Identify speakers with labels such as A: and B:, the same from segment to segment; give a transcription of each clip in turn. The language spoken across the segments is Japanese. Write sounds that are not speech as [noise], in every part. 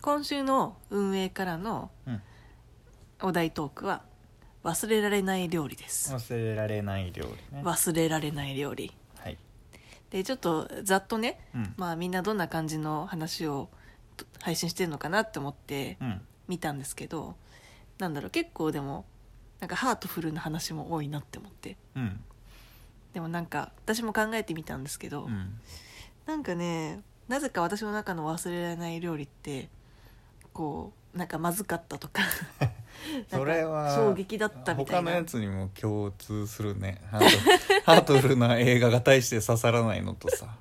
A: 今週の運営からの
B: うん
A: お題トークは「忘れられない料理」です
B: 忘れられない料理ね
A: 忘れられない料理
B: はい
A: でちょっとざっとね、
B: うん
A: まあみんなどんな感じの話をと配信してるのかなって思って
B: うん
A: 見たんですけどなんだろう結構でもなんかハートフルな話も多いなって思って
B: うん
A: でもなんか私も考えてみたんですけど、
B: うん
A: なんかねなぜか私の中の忘れられない料理ってこうなんかまずかった
B: [laughs]
A: とか
B: それ
A: なん
B: は
A: か衝撃だったみたい
B: 他の
A: な
B: やつにも共通するねハート [laughs] ハートフルな映画が大して刺さらないのとさ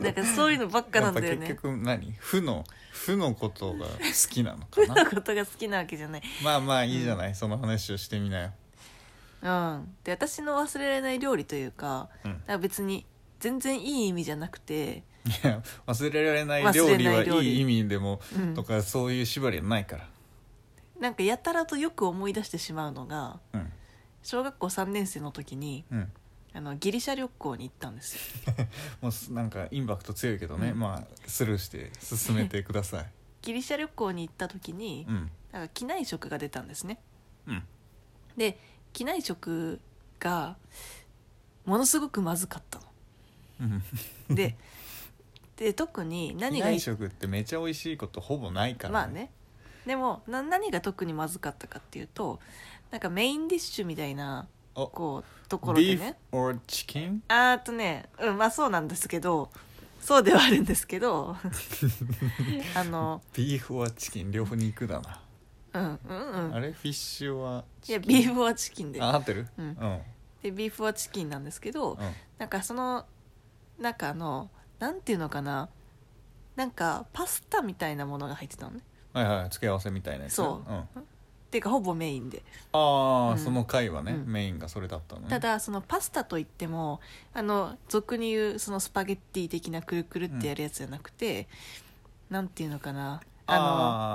A: なんかそういうのばっか
B: や
A: な
B: っ
A: ん
B: ぱ
A: だよ
B: 結
A: ね。
B: 局何負の負のことが好きなのか
A: [laughs]
B: な
A: ことが好きなわけじゃない。
B: まあまあいいじゃない、その話をしてみなよ、
A: うん、で私の忘れられない料理というか
B: うん
A: だ、から別に全然いい意味じゃなくて、
B: いや忘れられない料理
A: 忘
B: は
A: れない料
B: い
A: 理
B: い意味でも
A: うん
B: とかそういう縛りはないから
A: なんかやたらとよく思い出してしまうのが
B: うん
A: 小学校3年生の時に
B: うん
A: あのギリシャ旅行に行ったんですよ。
B: もうすなんかインパクト強いけどね、
A: うん
B: まあスルーして進めてください
A: ギリシャ旅行に行った時に
B: うん
A: なんか機内食が出たんですね。
B: うん
A: で機内食がものすごくまずかった
B: うん
A: の。
B: [laughs]
A: でで特に何
B: 機
A: がい
B: 内食ってめちゃ美味しいことほぼないから、
A: まあねでもな何が特にまずかったかっていうとなんかメインディッシュみたいな
B: お
A: こうところ
B: ビ
A: で
B: ーフ
A: ね
B: or chicken?
A: あーっとねうんまあそうなんですけどそうではあるんですけ
B: [laughs]
A: どあの
B: ビーフはチキン両方肉だな、
A: うんうんう
B: あ
A: ん
B: れフィッシュはいチキ
A: や
B: ン
A: ビーフはチキンで
B: あ合ってる
A: うん
B: うん
A: でビーフはチキンなんですけど、なんかその中のなんていうのかななんかパスタみたいなものが入ってたのね
B: はいはい付け合わせみたいなやつな、
A: そうん
B: あ
A: っていうかほぼメインで、
B: あ、
A: うん
B: その回はね、
A: うん
B: メインがそれだったのね
A: ただそのパスタといってもあの俗に言うそのスパゲッティ的なくるくるってやるやつじゃなくて、なんていうのかなあの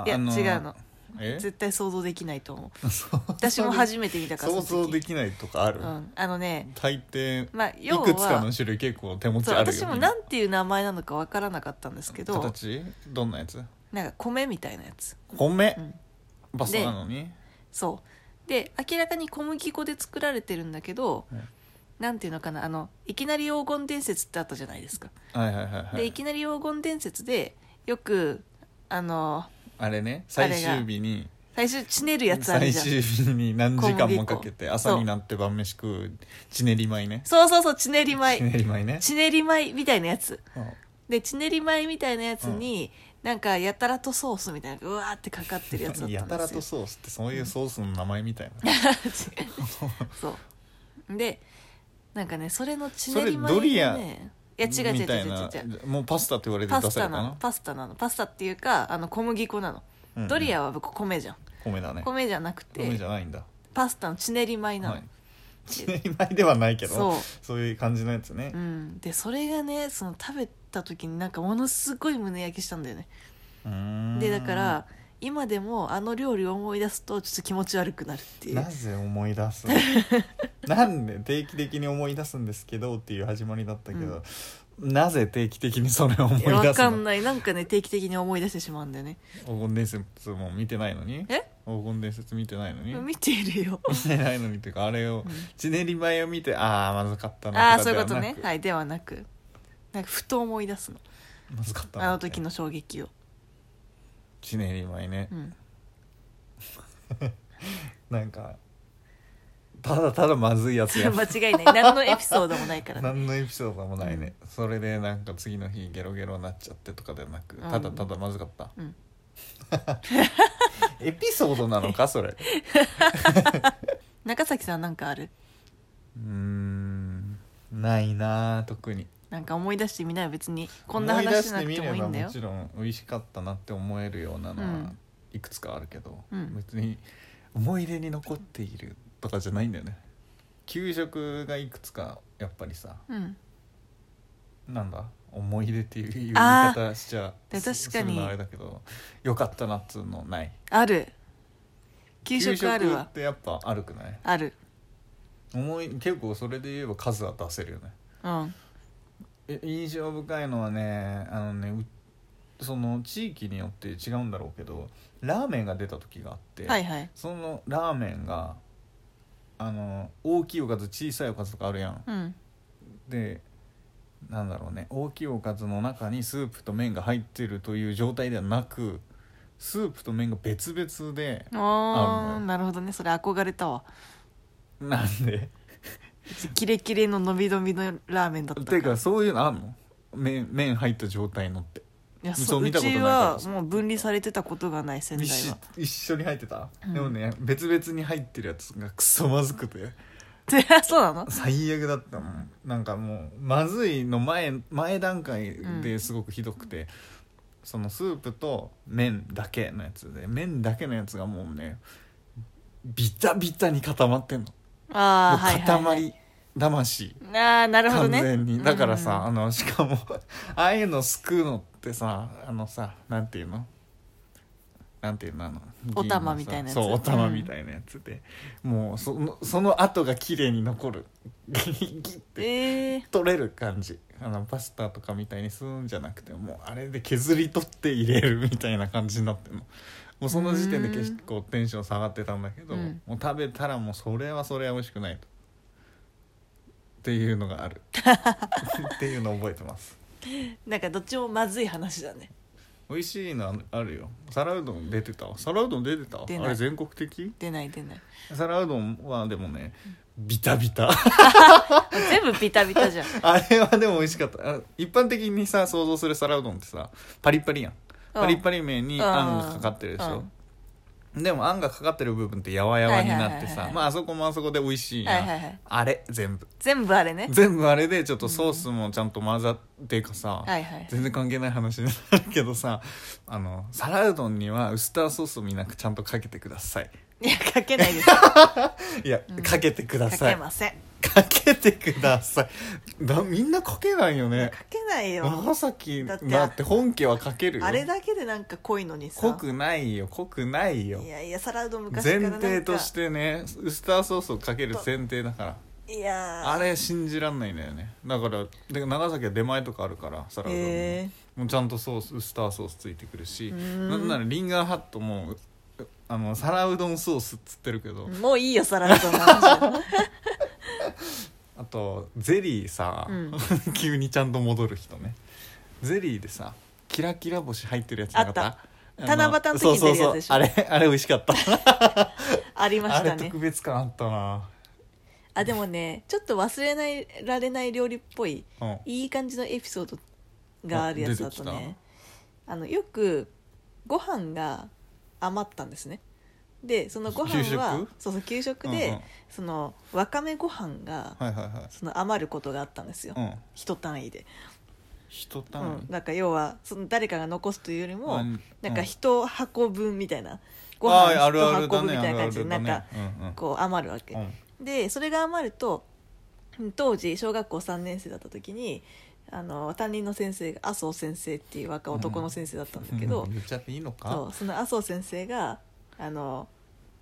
B: あー
A: いや
B: あの
A: 違うの
B: え [laughs]
A: 絶対想像できないと思う
B: そう
A: 私も初めて見たから
B: 想像で
A: き
B: きないとかある、
A: うん、あのね
B: 大抵
A: まあ
B: い
A: 要は
B: くつかの種類結構手持ち
A: そう
B: あるよ、ね、
A: 私もなんていう名前なのかわからなかったんですけど
B: 形どんなやつ
A: なんか米みたいなやつ、
B: 米
A: うん、
B: バスタなのに
A: そうで明らかに小麦粉で作られてるんだけど、
B: うん
A: なんていうのかなあのいきなり黄金伝説ってあったじゃないですか、
B: はいはいはいは
A: で
B: い
A: いきなり黄金伝説でよくあの
B: あれね
A: あれ
B: 最
A: が
B: 終日に
A: 最初ちねるやつある
B: 最
A: じゃん
B: 終日に何時間もかけて
A: 小麦粉
B: 朝になって晩飯食うちねり米ね
A: そうそうそうちねり
B: ちね
A: 米
B: り米ね
A: ちねり米みたいなやつ
B: うん
A: でちねり米みたいなやつに、なんかやたらとソースみたいなのがうわーってかかってるやつだったんですよ
B: やたらとソースってそういうソースの名前みたい
A: [laughs]
B: な、
A: そうでなんかねそれのち
B: そ
A: ね
B: れ
A: り米
B: ド
A: が
B: リア
A: ねいや違う違う違
B: み
A: う
B: たい
A: 違
B: な
A: う違う
B: もうパスタって言われて
A: パ
B: 出
A: ス
B: され
A: タ
B: た
A: なの
B: な
A: パスタなのパスタっていうかあの小麦粉なの、ドリ
B: ア
A: アは僕米じゃん
B: 米だね
A: 米じゃなく
B: 米じ
A: て
B: ゃないんだ
A: パスタのちねり米なの、
B: はいちねり米ではないけど
A: そう
B: そういう感じのやつね
A: うん、でそれがねその食べた時になんかものすごい胸焼けしたんだよね
B: うーん
A: でだから今でもあの料理を思い出すとちょっと気持ち悪くなるっていう
B: なぜ思い出す
A: [laughs]
B: なんで定期的に思い出すんですけどっていう始まりだったけど、なぜ定期的にそれを思い出すの
A: わかんないなんかね定期的に思い出してしまうんだよね
B: 黄金伝説も見てないのに
A: え
B: 黄金伝説見てないのに
A: 見てるよ
B: 見てないのにっていうかあれをちねり前を見て [laughs] ああまずかったな
A: ああ
B: と
A: そういう
B: か
A: こ
B: で
A: と
B: はな
A: ね
B: く
A: はいではなくなんかふと思い出すの
B: まずかったな
A: あの時の衝撃を、
B: ちねり前ね、
A: うん、
B: なんかただただまずいや
A: [laughs]
B: つや
A: 間違いない何のエピソードもないからね
B: 何のエピソードもないね、それでなんか次の日ゲロゲロになっちゃってとかではなく
A: ん
B: ただただまずかった、
A: うん
B: エピソードなのかそれう
A: 中崎さんなんかある
B: ーんないなあ特に
A: なんか思い出してみなよ別にこんな話しなくてもいいんだよ
B: 思出してみればもちろん美味しかったなって思えるようなの
A: う
B: は
A: ん
B: いくつかあるけど、
A: うん
B: 別に思い出に残っているとかじゃないんだよね給食がいくつかやっぱりさ
A: うん
B: なんだ思い出っていう言い
A: あー
B: 方しちゃ
A: で
B: す
A: 確かに
B: するのあれだけどよかったなっつうのない
A: ある給食ある
B: 給
A: わ
B: ってやっぱあるくない
A: ある
B: 思い結構それで言えば数は出せるよね
A: うん
B: え印象深いのはねあのねうその地域によって違うんだろうけどラーメンが出た時があって、
A: はいはい
B: そのラーメンがあの大きいおかず小さいおかずとかあるやん。
A: うん
B: でなんだろうね大きいおかずの中にスープと麺が入ってるという状態ではなくスープと麺が別々で
A: あ
B: あるの
A: あ
B: よ
A: なるほどねそれ憧れたわ
B: なんで [laughs]
A: うちキレキレの伸び伸びのラーメンだった
B: ていうかそういうのあんの麺麺入った状態のって
A: いや
B: そ
A: そうう
B: 見
A: う
B: たことない
A: ち
B: から
A: はもう分離されてたことがない仙台
B: 一緒
A: は
B: 一緒に入ってた、
A: うん
B: でもね別々に入ってるやつがクソまずくて
A: [laughs] そうなの
B: 最悪だったもんなんかもうまずいの前前段階ですごくひどくて、そのスープと麺だけのやつで麺だけのやつがもうねビタビタに固まってんの
A: ああ
B: もう
A: はいはい、はい、
B: 塊魂
A: ああなるほど
B: 完
A: ね
B: 全にだからさ、
A: うん
B: あのしかも [laughs] ああいうのすくうのってさあのさなんていうのなんていうのあの
A: お玉
B: 銀
A: み
B: のさ
A: たいなやつ
B: そうお玉みたいなやつで、もうそのその後が綺麗に残るギッギッて
A: ええ
B: 取れる感じあのパスタとかみたいにするんじゃなくてもうあれで削り取って入れるみたいな感じになってるのもうその時点で結構テンション下がってたんだけど、
A: うん
B: もう食べたらもうそれはそれは美味しくないとっていうの
A: [laughs]
B: があるっていうのを覚えてます
A: なんかどっちもまずい話だね
B: 美味しいのあるよ皿うどん出てた皿うどん出てた
A: 出ない
B: あれ全国的
A: 出ない出ない
B: 皿うどんはでもねビタビタ
A: 全部ビタビタじゃ
B: [laughs]
A: ん
B: あれはでも美味しかったあ一般的にさ想像する皿うどんってさパリッパリやんパリッパリ麺にあんがかかってるでしょ、でもあんがかかってる部分ってやわやわになって
A: はいはいはいは
B: さ
A: い
B: まああそこもあそこで美味しいやん、
A: はいはいはい
B: あれ全部
A: 全部あれね
B: 全部あれでちょっとソースもちゃんと混ざってかさ、
A: はいはい
B: 全然関係ない話になるけどさあの皿うどんにはウスターソースをみんなちゃんとかけてください
A: いやかけないです
B: いや、
A: うん
B: かけてくだ
A: か
B: さ
A: け
B: い
A: ません
B: かけてくださいだみんなかけないよね
A: かけないよ
B: 長崎だ
A: だ
B: っ
A: ってて
B: 本家はかけるよ
A: あれだけでなんか濃いのにさ
B: 濃くないよ濃くないよ
A: いやいや皿うどん昔から
B: 前
A: なんか
B: 提としてねウスターソースをかける前提だから
A: いやー
B: あれ信じらんないんだよねだからで長崎は出前とかあるから皿うどんも,、
A: へ
B: もうちゃんとソースウスターソースついてくるし
A: うーん
B: なんならリンガーハットもうあの皿うどんソースっつってるけど、
A: もういいよ皿うどんの話
B: あとゼリーさ、
A: うん
B: [laughs] 急にちゃんと戻る人ねゼリーでさキラキラ星入ってるやつなかった
A: あっ
B: あ
A: 七夕の時に出るやつでしょ
B: そうそうそうあれあれ美味し
A: [laughs]
B: かった
A: ありまし
B: [laughs] あれ
A: たね
B: 特別感あったな
A: あでもねちょっと忘れないられない料理っぽい
B: うん
A: いい感じのエピソードがあるやつだと
B: あ出てき
A: ねあのよくご飯が余ったんですねでそのご飯
B: 給食
A: はそうそう給食で、
B: うんうん
A: そのわかめご飯が、
B: はいはいは
A: その余ることがあったんですよ、
B: いうん
A: 一単位で、
B: 一
A: う
B: 単
A: ん
B: 位
A: なんか要はその誰かが残すというよりも、
B: うん
A: なんか一箱分みたいなご
B: あ
A: 飯
B: ーあるあ
A: 一
B: るだ
A: 箱分み
B: ねあ
A: たい
B: る
A: な
B: あ
A: 感じで
B: る
A: な
B: だ
A: ん
B: ね
A: か
B: うんうん
A: こう余るわけ、
B: うん
A: でそれが余るとうん当時小学校3年生だった時にあの担任の先生が麻生先生っていう若男の先生だったんだけど、
B: 言っちゃっていいのか
A: そうその麻生先生があの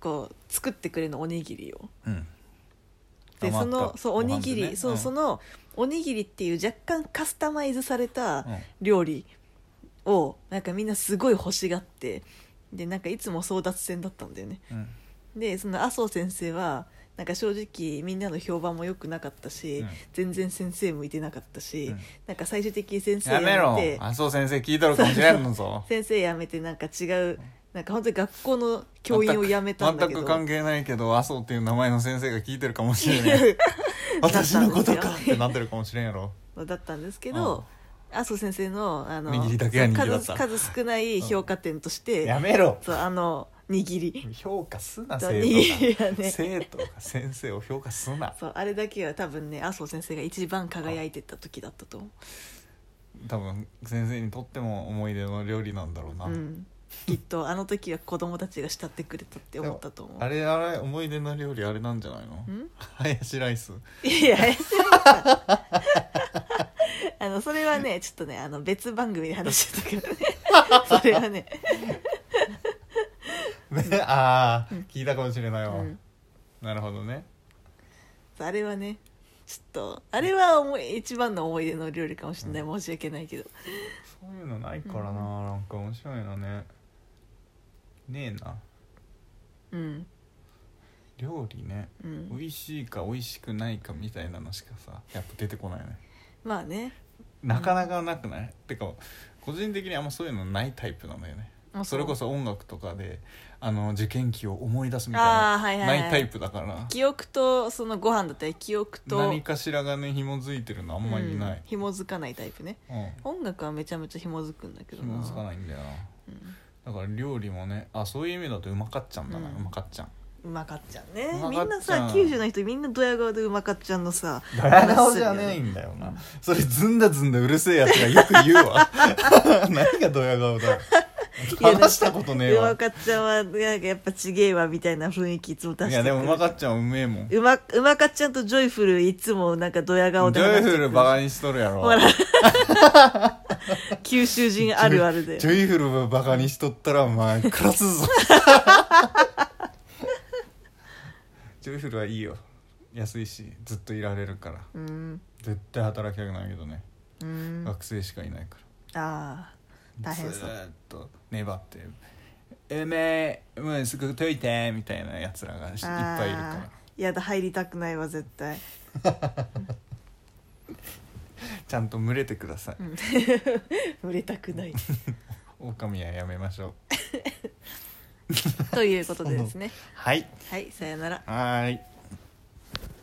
A: こう作ってくれるのおにぎりを。
B: うん
A: で
B: 余
A: そ
B: った
A: のそうおにぎり、
B: ご飯でね
A: そう、
B: ん
A: そのおにぎりっていう若干カスタマイズされた
B: うん
A: 料理をなんかみんなすごい欲しがってでなんかいつも争奪戦だったんだよね
B: うん
A: でその麻生先生はなんか正直みんなの評判も良くなかったし、
B: うん
A: 全然先生向いてなかったし、
B: うん
A: なんか最終的に先生
B: やめろ
A: て
B: 麻生先生聞いとるかもしれんのぞ
A: 先生辞めてなんか違うなんか本当に学校の教員を辞めたんだけど
B: 全く関係ないけど麻生っていう名前の先生が聞いてるかもしれない私のこ
A: だ
B: と
A: った
B: か
A: ん
B: っ
A: ですよ
B: てなってるかもしれんやろ
A: だったんですけど、麻生先生のあの
B: 握りだけは握りだっ
A: 数
B: た
A: 数少ない評価点として、
B: やめろ
A: そうあの握り
B: 評価すな
A: そう
B: 生
A: 握り
B: 徒
A: は
B: が、
A: ね
B: 生徒が先生を評価すな
A: そうあれだけは多分ね麻生先生が一番輝いてた時だったと思
B: 多分先生にとっても思い出の料理なんだろうな、
A: う、うん、きっとあの時は子供たちが慕ってくれたって思ったと思う
B: あれあれ思い出の料理あれなんじゃないの
A: ん
B: ハヤシライス
A: いや怪しいあのそれはねちょっとねあの別番組で話してたからねそれはね、
B: ね [laughs] ああ、聞いたかもしれないわ、
A: うん
B: なるほどね
A: あれはねちょっとあれは思い一番の思い出の料理かもしれない申し訳ないけど
B: そういうのないからな、
A: うん
B: なんか面白いのねねえな
A: うん
B: 料理ね
A: うん
B: 美味しいか美味しくないかみたいなのしかさやっぱ出てこないね
A: まあね
B: なかなかなくない、てか個人的にあんまそういうのないタイプなんだよね
A: あう
B: それこそ音楽とかであの受験期を思い出すみたいな
A: あーはいはい、はい、
B: ないタイプだから
A: 記憶とそのご飯だったり記憶と
B: 何かしらがね紐づいてるのあんまりな
A: うん
B: い、
A: 紐づかないタイプね
B: うん
A: 音楽はめちゃめちゃ紐づくんだけど
B: 紐づか
A: な
B: ないんだよな
A: うん
B: だから料理もねあそういう意味だとうまかっちゃんだな、う
A: うん
B: まかっちゃん
A: うまかっちゃんね
B: うまかっち
A: み
B: ゃん
A: んなさ九州の人みんなドヤ顔でうまかっちゃんのさ
B: ドヤ顔
A: 話す
B: じ
A: る
B: ゃ
A: よ
B: ねえ
A: ね
B: んだよなそれずんだずんだうるせえやつがよく言うわ [laughs] 何がドヤ顔だよ
A: いやなんか
B: 話したことねえ
A: う
B: わ
A: まかっちゃんはなんかやっぱちげえわみたいな雰囲気いつも出して
B: い
A: い
B: やでもうまか
A: っ
B: っちゃんうめえもん
A: うまうまかっちゃんとジョイフルいつもなんかドヤ顔で
B: ジョイ
A: 話して
B: フ
A: く
B: ル
A: る
B: バカにしとるやろ
A: ほら [laughs] 九州人あるあ
B: [laughs]
A: るで
B: ジョイフルバカにしとったらお前クラす
A: [laughs]
B: ぞジョイフルはいいよ安いしずっといられるから
A: うん
B: 絶対働きたくないけどね、
A: うん
B: 学生しかいないから
A: あー大変
B: ず
A: そう
B: ーっと粘って「うめえもうすぐ解いて」みたいなやつらがいっ
A: あ
B: ぱいいるから
A: ーやだ入りたくないわ絶対
B: ちゃんと群れてくださ
A: [laughs]
B: い、
A: 売れたくない
B: [laughs] 狼はやめましょう
A: ということでですね
B: はい
A: はいさよなら
B: はーい